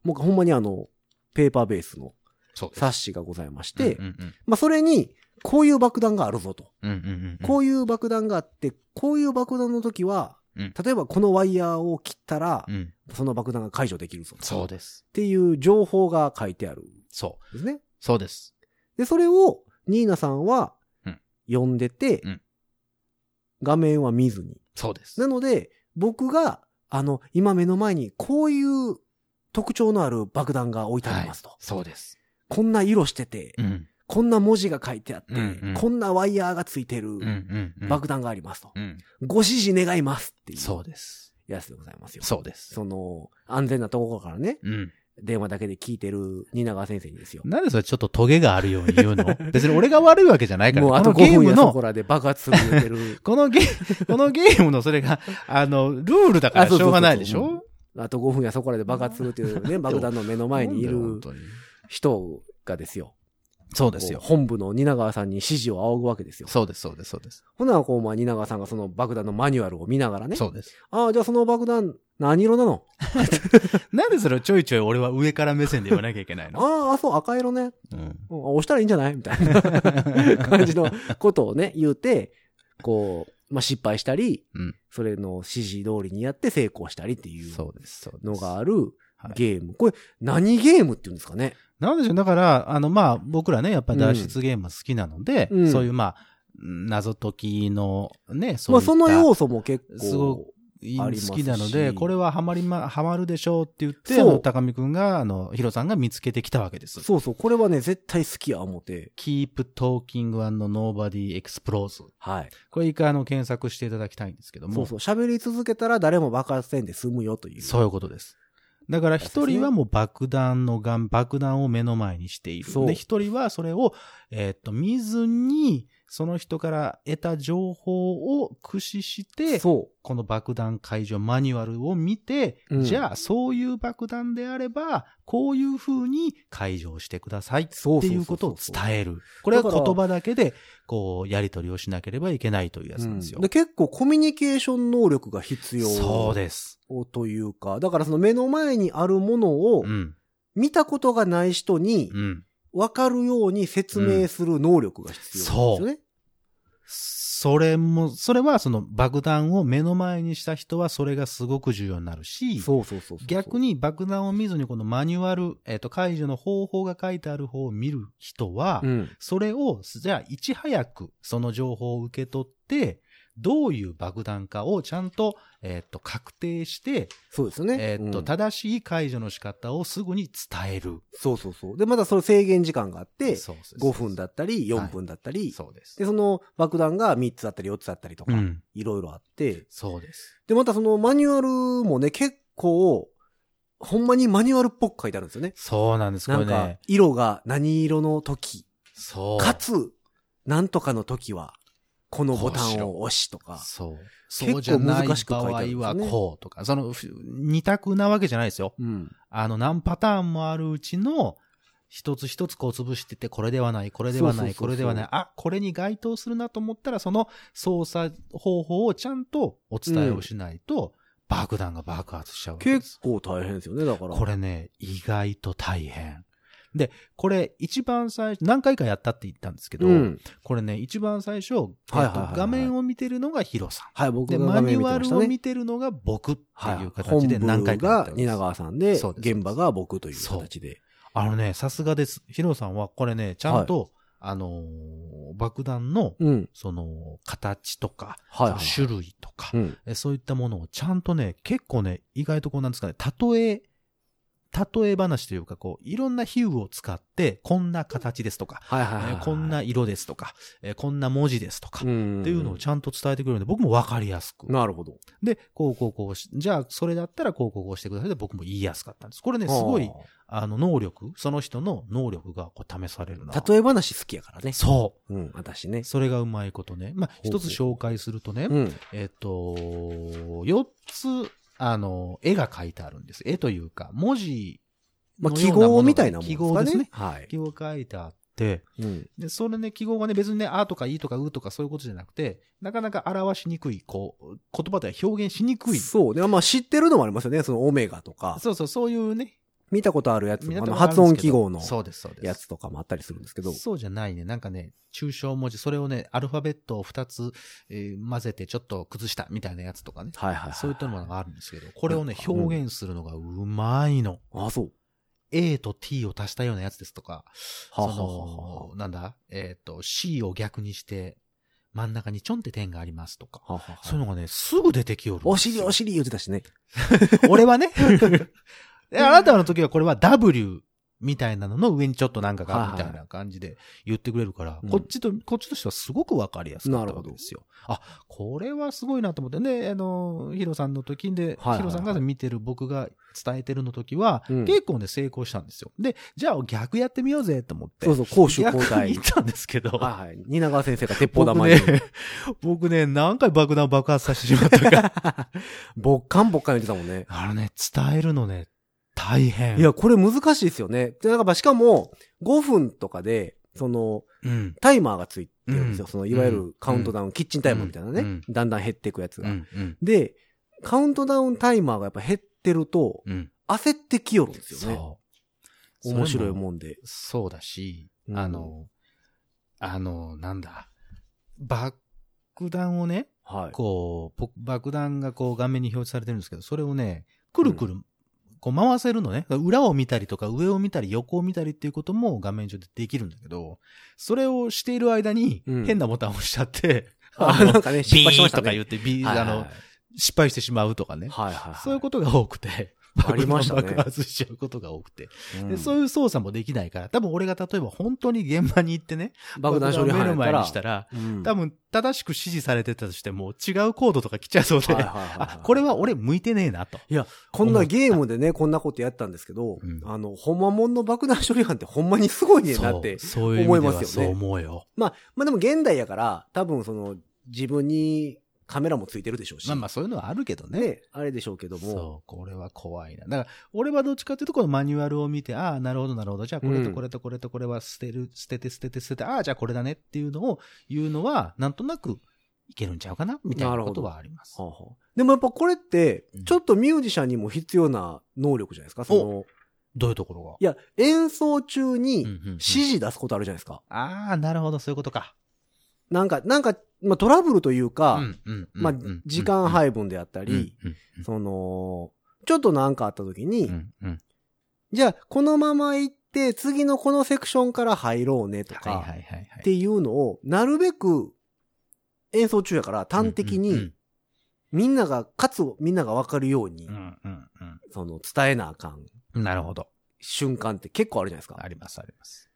もうほんまにあの、ペーパーベースの
結構ある。そうです。
冊子がございまして、
うんうん
まあそれに、こういう爆弾があるぞと。
うん。うんうんうんうん
こういう爆弾があって、こういう爆弾の時は、
うん
例えばこのワイヤーを切ったら、
うん。
その爆弾が解除できるぞ。
そう
っ
です。
ていう情報が書いてあるん
そう。
ですね。
そうです。
で、それを、ニーナさんは
うん、
読んでて、
うん
画面は見ずに。
そうです。
なので、僕が、あの、今目の前にこういう特徴のある爆弾が置いてありますと。
はいそうです。
こんな色してて、
うん。
こんな文字が書いてあって、
うんうん
こんなワイヤーがついてる
うんうんうん。
爆弾がありますと。
うん。
ご指示願いますっていう
そうです。
やつでございますよ。
そうです。
その、安全なところからね、
うん。
電話だけで聞いてる蜷川先生にですよ。
なんでそれちょっとトゲがあるように言うの
<laughs>
別に俺が悪いわけじゃないから、
もう
こ
あと
の
5
ゲー
分
ム
やそ
の。
こ、らで爆発する言うてる
<laughs> このゲー、このゲームのそれが、あの、ルールだか
あ
ら
そう
し
そうそうそう
ょうがないでし
うん
ょ
あと5分やそこらで爆発するっていうね、爆弾の目の前にい
なん
る
だよ本当に
人がですよ。
そうですよ
こ。う本部の蜷川さんに指示を仰ぐわけですよ。
そうです、そうです、そうです。
ほな、こう、まあ、蜷川さんがその爆弾のマニュアルを見ながらね。
そうです。
ああ、じゃあその爆弾、何色なの
なんでそれをちょいちょい俺は上から目線で言わなきゃいけないの、
ああ、そう、赤色ね。
うん、
うんあ押したらいいんじゃないみた
<laughs>
いな感じのことをね、言うて、こう、まあ、失敗したり、
うん
それの指示通りにやって成功したりっていう
そうです、そうです。
のがある
はい
ゲーム。これ、何ゲームって言うんですかね
なんでしょう、だから、あの、まあ、僕らね、やっぱり脱出ゲーム好きなので、
うん
そういう、まあ、謎解きのね、そう
まあ、
いった
その要素も結構。
すご
ありますし
好きなので、これはハマりま、ハマるでしょうって言って、あ
そう
の、高見くんが、あの、ヒロさんが見つけてきたわけです。
そうそう、これはね、絶対好きや思て。
Keep Talking and Nobody Explodes。
はい。
これ一回あの、検索していただきたいんですけども。
そうそう、喋り続けたら誰も爆発せんで済むよという。
そういうことです。だから一人はもう爆弾のがん、爆弾を目の前にしている。
そう
で、一人はそれを、えーっと、見ずに、その人から得た情報を駆使して、
そ
この爆弾解除マニュアルを見て、
うん
じゃあそういう爆弾であれば、こういう風に解除してくださいっ
そう
ていうことを伝える。これは
だから
言葉だけで、こう、やり取りをしなければいけないというやつなんですよ。
うんで結構コミュニケーション能力が必要
そうです。
というか、だからその目の前にあるものを
うん。
見たことがない人に
うん。
分かるように説明する能力が必要なんですよね。
それも、それはその爆弾を目の前にした人はそれがすごく重要になるし、
そうそうそうそう。
逆に爆弾を見ずにこのマニュアル、えっ、と、解除の方法が書いてある方を見る人は、
うん。
それを、じゃあいち早くその情報を受け取って、どういう爆弾かをちゃんと、えっ、と、確定して、
そうですよね。
えっ、と、
うん
正しい解除の仕方をすぐに伝える。
そうそうそう。で、まだその制限時間があって、
そうそうそう
5分だったり、4分だったり、
そうです
で、。その爆弾が3つあったり4つあったりとか
う、ん。
いろいろあって、
そうです。
で、またそのマニュアルもね、結構、ほんまにマニュアルっぽく書いてあるんですよね。
そうなんです。こ
な
れ
んか
ね。、
色が何色の時、
そう。
かつ、なんとかの時は、このボタンを押しとか。
そう。
結構
そうじゃない場
難しく書いてあるんですよ
合
ね
はこうとか、その、ふ二択なわけじゃないですよ。
うん。
あの、何パターンもあるうちの、一つ一つこう潰してって、これではない、これでは
そうそうそ
な
う
い、
そう
これではない、あ、これに該当するなと思ったら、その操作方法をちゃんとお伝えをしないと、爆弾が爆発しちゃうわけです
結。構大変ですよね、だから。
これね、意外と大変。で、これ一番最初、何回かやったって言ったんですけど、
うん。
これね、一番最初、えっと
はいはいはいはい
画面を見てるのがヒロさん。
はい、僕
で、
が
マ
画
ニ
面見
ュ
て
ア
まし
ル
た
を
ね。
見てるのが僕っていう
本
形で
部
何回かやっ
が
ております
蜷川さんで、
そうです
現場が僕という形で。
あのね、さすがです。ヒロさんは、これね、ちゃんと、あのー爆弾の、
うん。
その、形とか、
はいはいはい
その種類とか、
うん。
えそういったものをちゃんとね、結構ね、意外とこうなんですかね、例え、例え話というか、こう、いろんな比喩を使って、こんな形ですとか、
はいはいはい
え
はい。
こんな色ですとか、えこんな文字ですとか、
ん
っていうのをちゃんと伝えてくれるんで、僕もわかりやすく。
なるほど。
で、こうこうこうし、じゃあそれだったらこうこうこうしてくださいで僕も言いやすかったんです。これね、すごい
は、
あの、能力、その人の能力がこう試されるな。
あ。例え話好きやからね。
そ
うん、私ね
う。。それがうまいことね。まあ、
ほうほ
一
う
つ紹介するとね、
うん。
えっと、4つ、あの、絵が描いてあるんです。絵というか、文字
ま
の
あ、
よ
記
うなものが
号みたいなもんです
記号
か
です
ね
ね。。
はい。
記号書いてあって、
うん。
で、それね、記号がね、別にね、あとかいいとかうとかそういうことじゃなくて、なかなか表しにくい、こう、言葉では表現しにくい。そ
そうね。まあ、知ってるのもありますよね。その、オメガとか
う。そうそう、いうね、
見たことあるやつも、あ
港
の、
がある
発
んです
音
けど
記号の
そうです、そうです。
やつとかもあったりするんですけど。
そうじゃないね。なんかね、抽象文字、それをね、アルファベットを2つ、えー混ぜてちょっと崩したみたいなやつとかね。
はいはいはい。
そういったものがあるんですけど、これをね、
うん
表現するのがうまいの。
あ、そう。
A と T を足したようなやつですとか、
は
そ
ははは
の、なんだ、えっ、と、C を逆にして、真ん中にちょんって点がありますとか。
ははは
そういうのがね、すぐ出てきよる。
お尻お。尻言ってたしね。
<laughs> 俺はね。であなたの時はこれは W みたいなのの上にちょっとなんか
はい
が
は、い
みたいな感じで言ってくれるから、
うん
こっちと、こっちとしてはすごくわかりやすかったわけですよ。あ、これはすごいなと思って。で、あの、ヒロさんの時で、
はいはいはい
ヒロさんが見てる僕が伝えてるの時は、
うん
結構ね、成功したんですよ。で、じゃあ逆やってみようぜと思って。
そうそう、攻守交
逆に
代
行っ。たんですけど。
はいはい。蜷川先生が鉄砲
僕
玉に。
ね、僕ね、何回爆弾爆発させてしまった
<laughs>
か。
<laughs> ぼっかんぼっかん言ってたもんね。
あのね、伝えるのね、大変。
いや、、これ難しいですよね。で、なんか、しかも、5分とかで、その、
うん。
タイマーがついてるんですよ。
うん
その、いわゆるカウントダウン、キッチンタイマーみたいなね、
うん
だんだん減っていくやつ
う
が、
ん。うん。
で、カウントダウンタイマーがやっぱ減ってると、
うん。
焦ってきよるんですよね。
そう。
面白い
それも
もんで。
そうだし、
うん
あの、あの、なんだ。爆弾をね、
はい。
こう、ぽ爆弾がこう画面に表示されてるんですけど、それをね、くるくる、こう回せるのね。裏を見たりとか、上を見たり、横を見たりっていうことも画面上でできるんだけど、それをしている間に
うん、
変なボタンを押しちゃって、
あ、
あの
なんかね、失
ビ
敗しま
ー
した
とか
ね。
言って、ビー、
はい
あ
はいはい
の、失敗してしまうとかね。
はいはいはい。
そういうことが多くて、
<laughs> ありましたね
爆発しちゃうことが多くて、
うん
で。そういう操作もできないから、多分俺が例えば本当に現場に行ってね、
爆弾処理
を目
班やっ
の
た
前に
ら
し。たら、
うん
多分正しく指示されてたとしても違うコードとか来ちゃいそうで、
はいはいはいはい
あ、これは俺向いてねえなと。
いや、こんなゲームでね、こんなことやったんですけど、
うん
あの、ほんまもんの爆弾処理班ってほんまにすごいねんなって。
そうそういう意味で
思い
は
ますよ
そう
ね
思うよ。
まあ、まあでも現代やから、多分その、自分にカメラもついてるでしょうし。
まあまあそういうのはあるけどね。
ね、あれでしょうけども。
そう、これは怖いな。だから、俺はどっちかっていうと、このマニュアルを見て、ああ、なるほど、なるほど。じゃあ、これ
う
と
ん
これとこれとこれは捨てる、捨てて捨てて捨てて、ああ、じゃあこれだねっていうのを言うのは、なんとなくいけるんちゃうかなみたい
な
な
るほ
こ
ど
とはあります。
はあはあでもやっぱこれって
う、ん
ちょっとミュージシャンにも必要な能力じゃないですか。その、
どういうところが
いや、演奏中に
うんうんうん
指示出すことあるじゃないですか。
ああ、なるほど、そういうことか。
なんか、なんか、まあ、トラブルというか、
うんうんうん
まあ、時間配分であった
分
り、、その、ちょっと何かあった時に、
うんうんうんうん
じゃあ、このまま行って、次のこのセクションから入ろうねと
はいはい
か、
はいはい。
っていうのを、なるべく、演奏中やから、端的
うんうん
に、みんなが、かつ、みんながわかるように
う、んうんうん
その、伝えなあかん
うんなるほど。
瞬間って結構あるじゃないですか
あ。りますあります。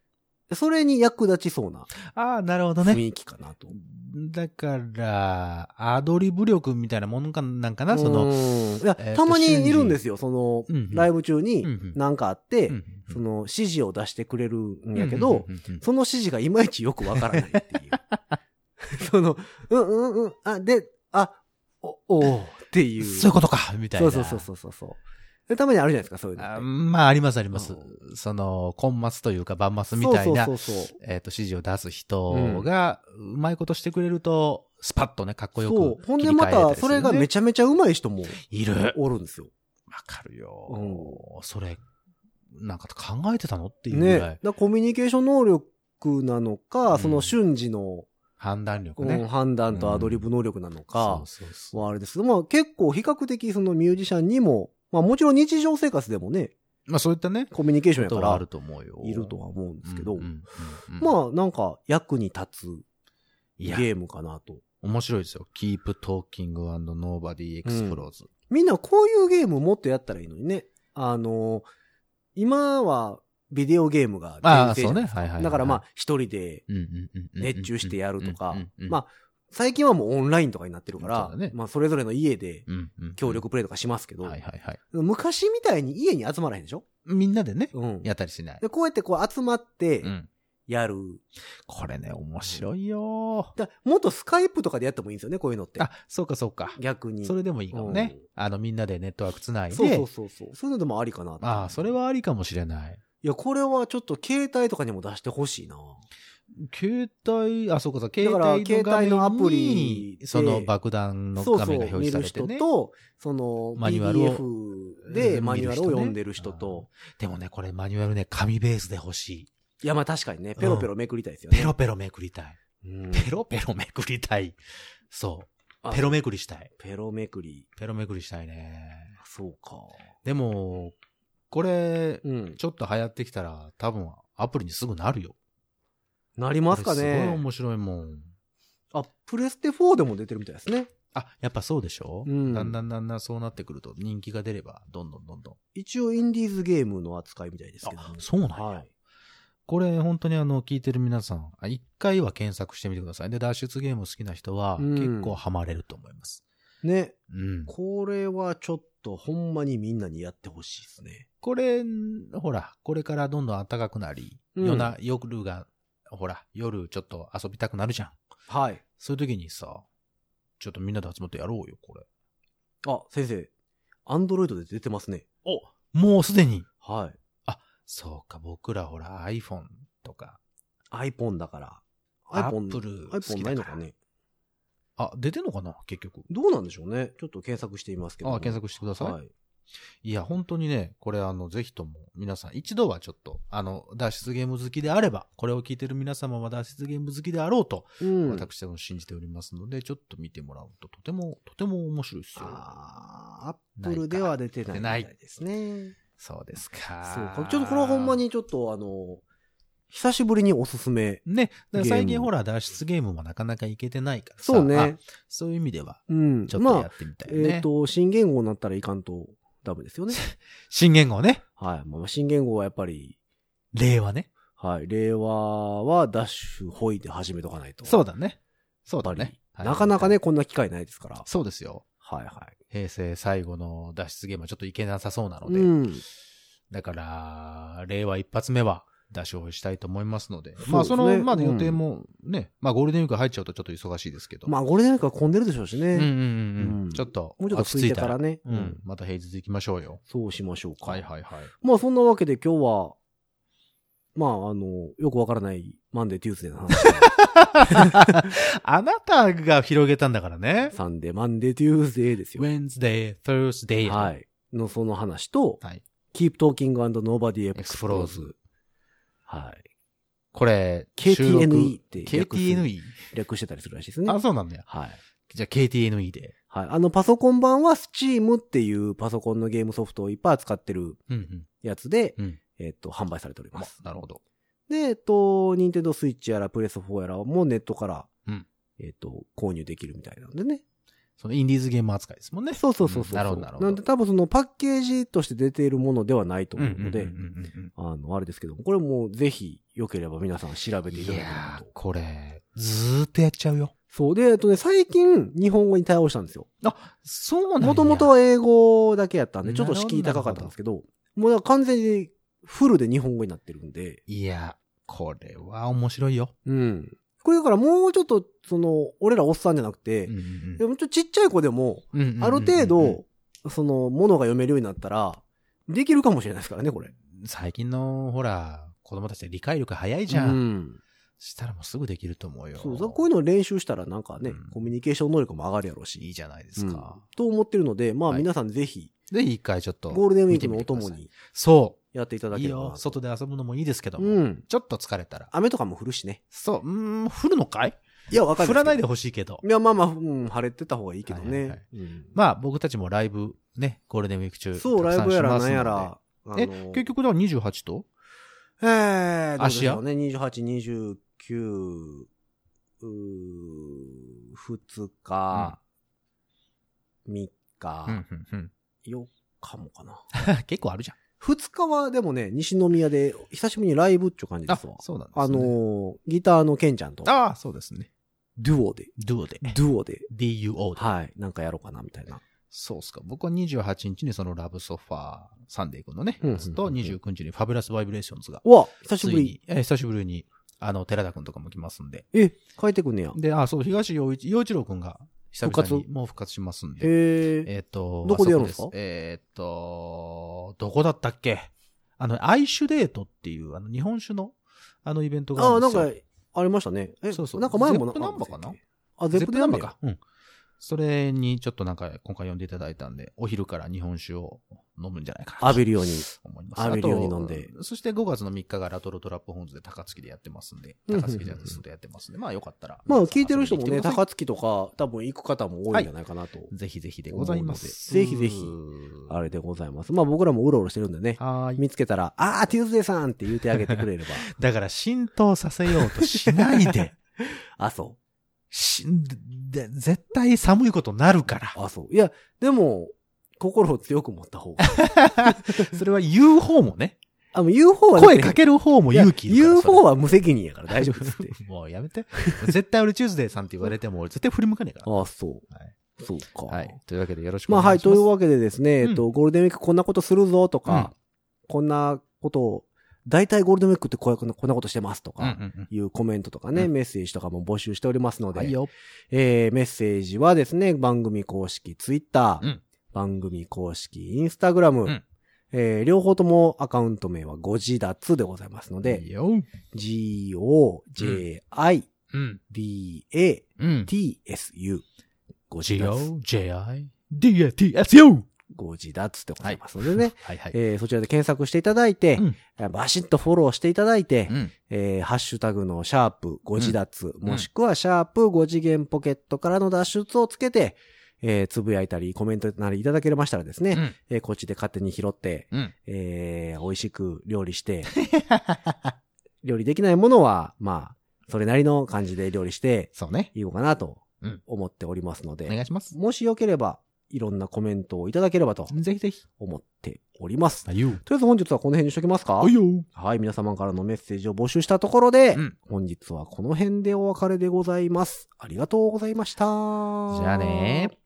それに役立ちそうな
ああ、なるほど
雰
ね。
囲気かなと。
だから、アドリブ力みたいなものかなんかな、その、
の、いや、
えーと
たまにいるんですよ、その
うんうん、
ライブ中に
うんうん、
なんかあって
うんうん、うん
その、指示を出してくれるんやけど、
うんうんうんうん
その指示がいまいちよくわからないって
<laughs>
いう。その、うんうんうん、あ、で、あ、お、おーっていう。
そういうことかみたい
そ
な。
うそうそうそうそうそう。でたまにあるじゃないですか、そういうの
あ
って。
まあ、ありますあります
う。
その、コンマスというか、バンマスみたいな
そ、うそうそうそう。
えっと、指示を出す人が、うまいことしてくれると、スパッとね、かっこよ
そ
く
う。ほん
切
で
り替
ま
えれた
た、
りす
そ
るよね。
れがめちゃめちゃ上手い人も
いる。
おるんですよ。
わかるよ
う。
それ、なんか考えてたのっていう
ね。だ
ぐ
か
らい。
らコミュニケーション能力なの
う
か、
ん
その瞬時の、
判断力
うん
ね。
判断とアドリブ能力なのか、
そうそうそう。
はあれですけど。まあ結構比較的そのミュージシャンにも、まあもちろん日常生活でもね、
まあ、そういったね、
コミュニケーション
こ
や
と
か
はある
ら、
と思うよ。
いるとは思うんですけど、
うんうんうんうん
まあ、なんか、役に立つ
いや、
ゲームかなと。
面白いですよ。Keep Talking and Nobody Explodes。
みんなこういうゲームもっとやったらいいのにね。あのー今はビデオゲームが
ああ、
全盛
そ
じ
う
ゃ
ね。
ないですか
はいはいはい。
だからまあ、一人で
うんうんうんうん、
熱中してやるとか
うんうんう、ん
まあ、最近はもうオンラインとかになってるか
そう
ら
だね、
まあ、それぞれの家で
うんうんうん
協力プレイとかしますけど
は、いはいはい。
昔みたいに家に集まらへんでしょ
みんなでね、
うん。
やったりしない。
でこうやってこう集まって
うん。
やる。
これね、面白いよ
だもっとスカイプとかでやってもいいんですよね、こういうのって
ー。あ、そうかそうか。
逆に。
それでもいいかもね
うん。
あの、みんなでネットワークつないで。
そうそうそうそう。そういうのでもありかなって
ああ、それはありかもしれない。
いや、これはちょっと携帯とかにも出してほしいな。
携帯、あ、そうかそう、携
だから
帯の画面
携帯
に
のアプリで
その爆弾の
そう
画
そう、
面が表
見
示さ
る
れ
人
てね。
と、その、
マニュアルを
PDF でマニュアルを読んでる人と、
でもね、これマニュアルね、紙ベースで欲しい。
いや、まあ確かにね、ペロペロめくりたいですよね。
ペロペロめくりたい。
うん
ペロペロめくりたい。そう。
あ
ペロめくりしたい。
ペロめくり。
ペロめくりしたいね。
あそうか。
でも、これ、
うん。
ちょっと流行ってきたら、多分アプリにすぐなるよ。
なりますか
これすごい
ね。
面白いもん。
あ、プレステ4でも出てるみたいですね。
あ、やっぱそうでしょ
うん
だんだんだんだんそうなってくると人気が出れば、どんどんどんどん。
一応インディーズゲームの扱いみたいですけど
あ
も。
そうなんや
はい。
これ本当にあの、聞いてる皆さん、あ一回は検索してみてください。で、脱出ゲーム好きな人は、
うん
結構ハマれると思います。
ね、
うん。
これはちょっとほんまにみんなにやってほしいですね。
これ、んほら、これからどんどん暖かくなり、
うん
夜な、夜が、ほら、夜ちょっと遊びたくなるじゃん。
はい。
そういう時にさ、ちょっとみんなで集まってやろうよ、これ。
あ、先生、アンドロイドで出てますね。
おもうすでに。
はい。
そうか、僕らほら、iPhone とか、
iPhone だから。
Apple 好
iPhone
き
な
だ
いの
から
か。ね。
あ、出てんのかな結局。
どうなんでしょうね。ちょっと検索していますけど。
あ、検索してください。、
はいい。
や、本当にね、これあの、ぜひとも皆さん、一度はちょっと、あの、脱出ゲーム好きであれば、これを聞いてる皆様は脱出ゲーム好きであろうと、
うん。
私ども信じておりますので、ちょっと見てもらうと、とても、とても面白いですよ。
あー、Apple では出てないみたいですね。
そうです
そう
か。
か。ちょっとこれはほんま。にちょっとあの、久しぶりにおすすめ。
ね、だから最
ゲー
近
ム
ほら、脱出ゲームもなかなかいけてないからさ
そうね
あ。そういう意味では、
うん。
ちょっと
ま
や
あ
っ、てみたいね。
えっと、新言語になったらいかんとダメですよね。
新言語ね。
はい。まあ、新言語はやっぱり、
令和ね。
はい。令和はダッシュ、ホイで始めとかないと。
そう
う
だね。そうだね。はい
なかなかね、。こんな機会ないですから。
そうですよ。
はいは
平成最後の脱出ゲームはちょっといけなさそうなの
い。
で、
うん。
だから、令和一発目は、出しをしたいと思いますので。
すね
まあ、その、まだ
うん
予定もね、まあ、ゴールデンウィーク入っちゃうとちょっと忙しいですけど。
まあ、ゴールデンウィークは混んでるでしょうしね。
うんうんうんう。
うんん
ちょっと、
もうちょっと空いてから
落ち
ね。
着いたら。うん。また平日行きましょうよ。
そうしましょうか。
はいはいはい。
まあ、そんなわけで今日は、まあ、あの、よくわからないマンデー、テューズデーの話。
あなたが広げたんだからね。
サ
<laughs>
ンデー、マンデー、テューズデーですよ。
Wednesday, Thursday.。
はいい。のその話と、
はい。
Keep Talking and Nobody Explodes。
Explodes
はい。
これ、収録
KTNE って略す
KTNE?
略してたりするらしいですね。
あ、そうなんだよ。
はい。
じゃあ KTNE で。
はい。あの、パソコン版は Steam っていうパソコンのゲームソフトをいっぱい扱ってる
うん
やつで、
うん。うん。
えっと、販売されており
ま
ま
あ
す。
なるほど。
で、えっと、ニンテンドースイッチやらプレス4やらもネットから、
うん
えっと、購入できるみたいなんでね。
そのインディーズゲーム扱いですもんね。
そうそうそうそう。
んなるほど、なるほど。
なんで多分そのパッケージとして出ているものではないと
うん
思
う
うんの
うんうんう
で、
ん
あの、あれですけども、これもぜひ、良ければ皆さん調べ
うん。
てい
い
ただければ
やー
と。、
これ、ずーっとやっちゃうよ。
そう。で、えっとね、最近、日本語に対応したんですよ。
そうなんだ。
もともと
は、
は英語だけやったんで、ちょっと
なるほど
敷居高かったんですけど、もうだから完全にフルで日本語になってるんで、
いや、これは面白いよ。
うん。これだからもうちょっと、その、俺らおっさんじゃなくて、
うんうん
でもちょっとちっちゃい子でも、
うんうんうんうん
ある程度、その、ものが読めるようになったら、できるかもしれないですからね、これ。
最近の、ほら、子供たちって理解力早いじゃ。
うんん。
したらもうすぐできると思うよ。
そう、だからこういうのを練習したらなんかね、
うん
コミュニケーション能力も上がるやろうし。
いいじゃないですか。
と思ってるので、まあ
はい
皆さんぜひ、
ぜひ一回ちょっと。
ゴールデンウィークのお供
見てみてください。
に
そ
やっていた
う。
だ
い
け
い
ればな
よ。外で遊ぶのもいいですけども。
うん。
ちょっと疲れたら。
雨とかも降るしね。
そう、うーん、降るのかい
いや、わかる
降らない
で
でほしいけど
すけ。ど。いや、まあまあ、うん、晴れてた方がいいけど
はいはいは
ね
い。
うん
まあ、僕たちもライブ、ね、ゴールデンウィーク中。
そう、
たく
ライ
さん
ブやら
しま
なん
すので
やら。あの
え、結、局だ、28と
えー、どうでしょう
芦
ね。28、29、うー、2日、3
う
日、
ん、うん、うん。
4日もかな。
結構あるじゃん。
2日はでもね、西宮で久しぶりにライブっていう感じで
あ
すわ、。
そうなんですね。
あのー、ギターのケンちゃんと、
ああ、そうですね。
デュオで、
Do で。
デュオで、
DUO で。
はい、なんかやろうかな、みたいな。
そうっすか。僕は28日にそのラブソファー、サンデー君のね、
うん
やつと
うんうん
29日にファビュラスバイブレーションズが、
うわ、久し
つい
ぶり。
に、えー久しぶりに、あの、寺田君とかも来ますんで。
え、帰ってくんねや。
で、あ、そう、東洋一、洋一郎君が久
復
々に
活
もう復活しますんで。
へえ。
えっ、と、
どこでやるんです
あ
か
そこえっ、と、どこだったっけあの、アイシュデートっていう、あの、日本酒の、あの、イベントが
あ
あ
あ、
るん
な
で
ん
すよ。
か、ありましたね。え、
そうそう
なんか前も
ゼップナンバーかな
あ、ゼ
ゼ
ップ
ップ
で
ナ
やん
ン
ね
バー
や。
か。うん。それにちょっとなんか今回呼んでいただいたんで、お昼から日本酒を飲むんじゃないかなと。
浴びるように。
思います。
浴びるように
あと
飲んで。
そして5月の3日がラトロトラップホーンズで高槻でやってますんで、
うん
高槻ジャズスでやってますんで、まあよかったら。
まあ、聞いてる人もね、
皆さん遊びに来てくださ
高槻とか、多分行く方も多いんじゃないかなと。
いぜひぜひでございます。
ぜひぜひあれでございます。まあ、僕らもうろうろしてるんでね。
はーい。
見つけたら、あー、ティーズデーさんって言ってあげてくれれ
<laughs>
ば。
だから浸透させようとしな
<laughs>
いで。
あ、そ
しんで絶対寒いことなるから
う。。あ、そう。いや、でも、心を強く持った方
<laughs>
が。
それは言う方もね。
あ、もう UFO はね、
声かける方も勇気いるから。それ
UFO は無責任やから大丈夫です
<laughs>
って。
もうやめて。絶対俺チューズデーさんって言われても俺絶対振り向かねえから。
あ、そう。
はい
そうか。
はい。というわけでよろしくお
まあは
願い
い、
しま
と
す。
いうわけでですね、
うん
えっと、ゴールデンウィークこんなことするぞとか、こんなことを、大体ゴールデンウィークってこういうこんなこんなことしてますとか、
うんうんうん
いうコメントとかね、
うん
メッセージとかも募集しておりますので、
はいよ。
えー、メッセージはですね、番組公式ツイッター、
うん
番組公式インスタグラム、
うん
えー、両方ともアカウント名はご自立でございますの
い
で
い、よ
g-o-j-i-d-a-t-s-u、
うん。うん。
ご自立、
G-O-J-I-D-A-T-S-U!
ご自立でございますのでね、
はいはい。
えーそちらで検索していただいて、
うん
えーバシッとフォローしていただいて、
うん。
えーハッシュタグのシャープ5次脱、もしくはシャープ5次元ポケットからの脱出をつけて、えーつぶやいたり、コメントなりいただけましたらですね、
うん
えーこっちで勝手に拾って、
うん
えー美味しく料理
<laughs>
して、料理できないものは、まあ、それなりの感じで料理して
そうね。
いこうかなと
うん
思っておりますので、
お願いします。
もしよければ、いろんなコメントをいただければと
ぜひぜひ。
思っております。
あゆう。
とりあえず本日はこの辺にしときますか
おいよ。
はい、皆様からのメッセージを募集したところで、
うん
本日はこの辺でお別れでございます。ありがとうございました。じ
じゃあね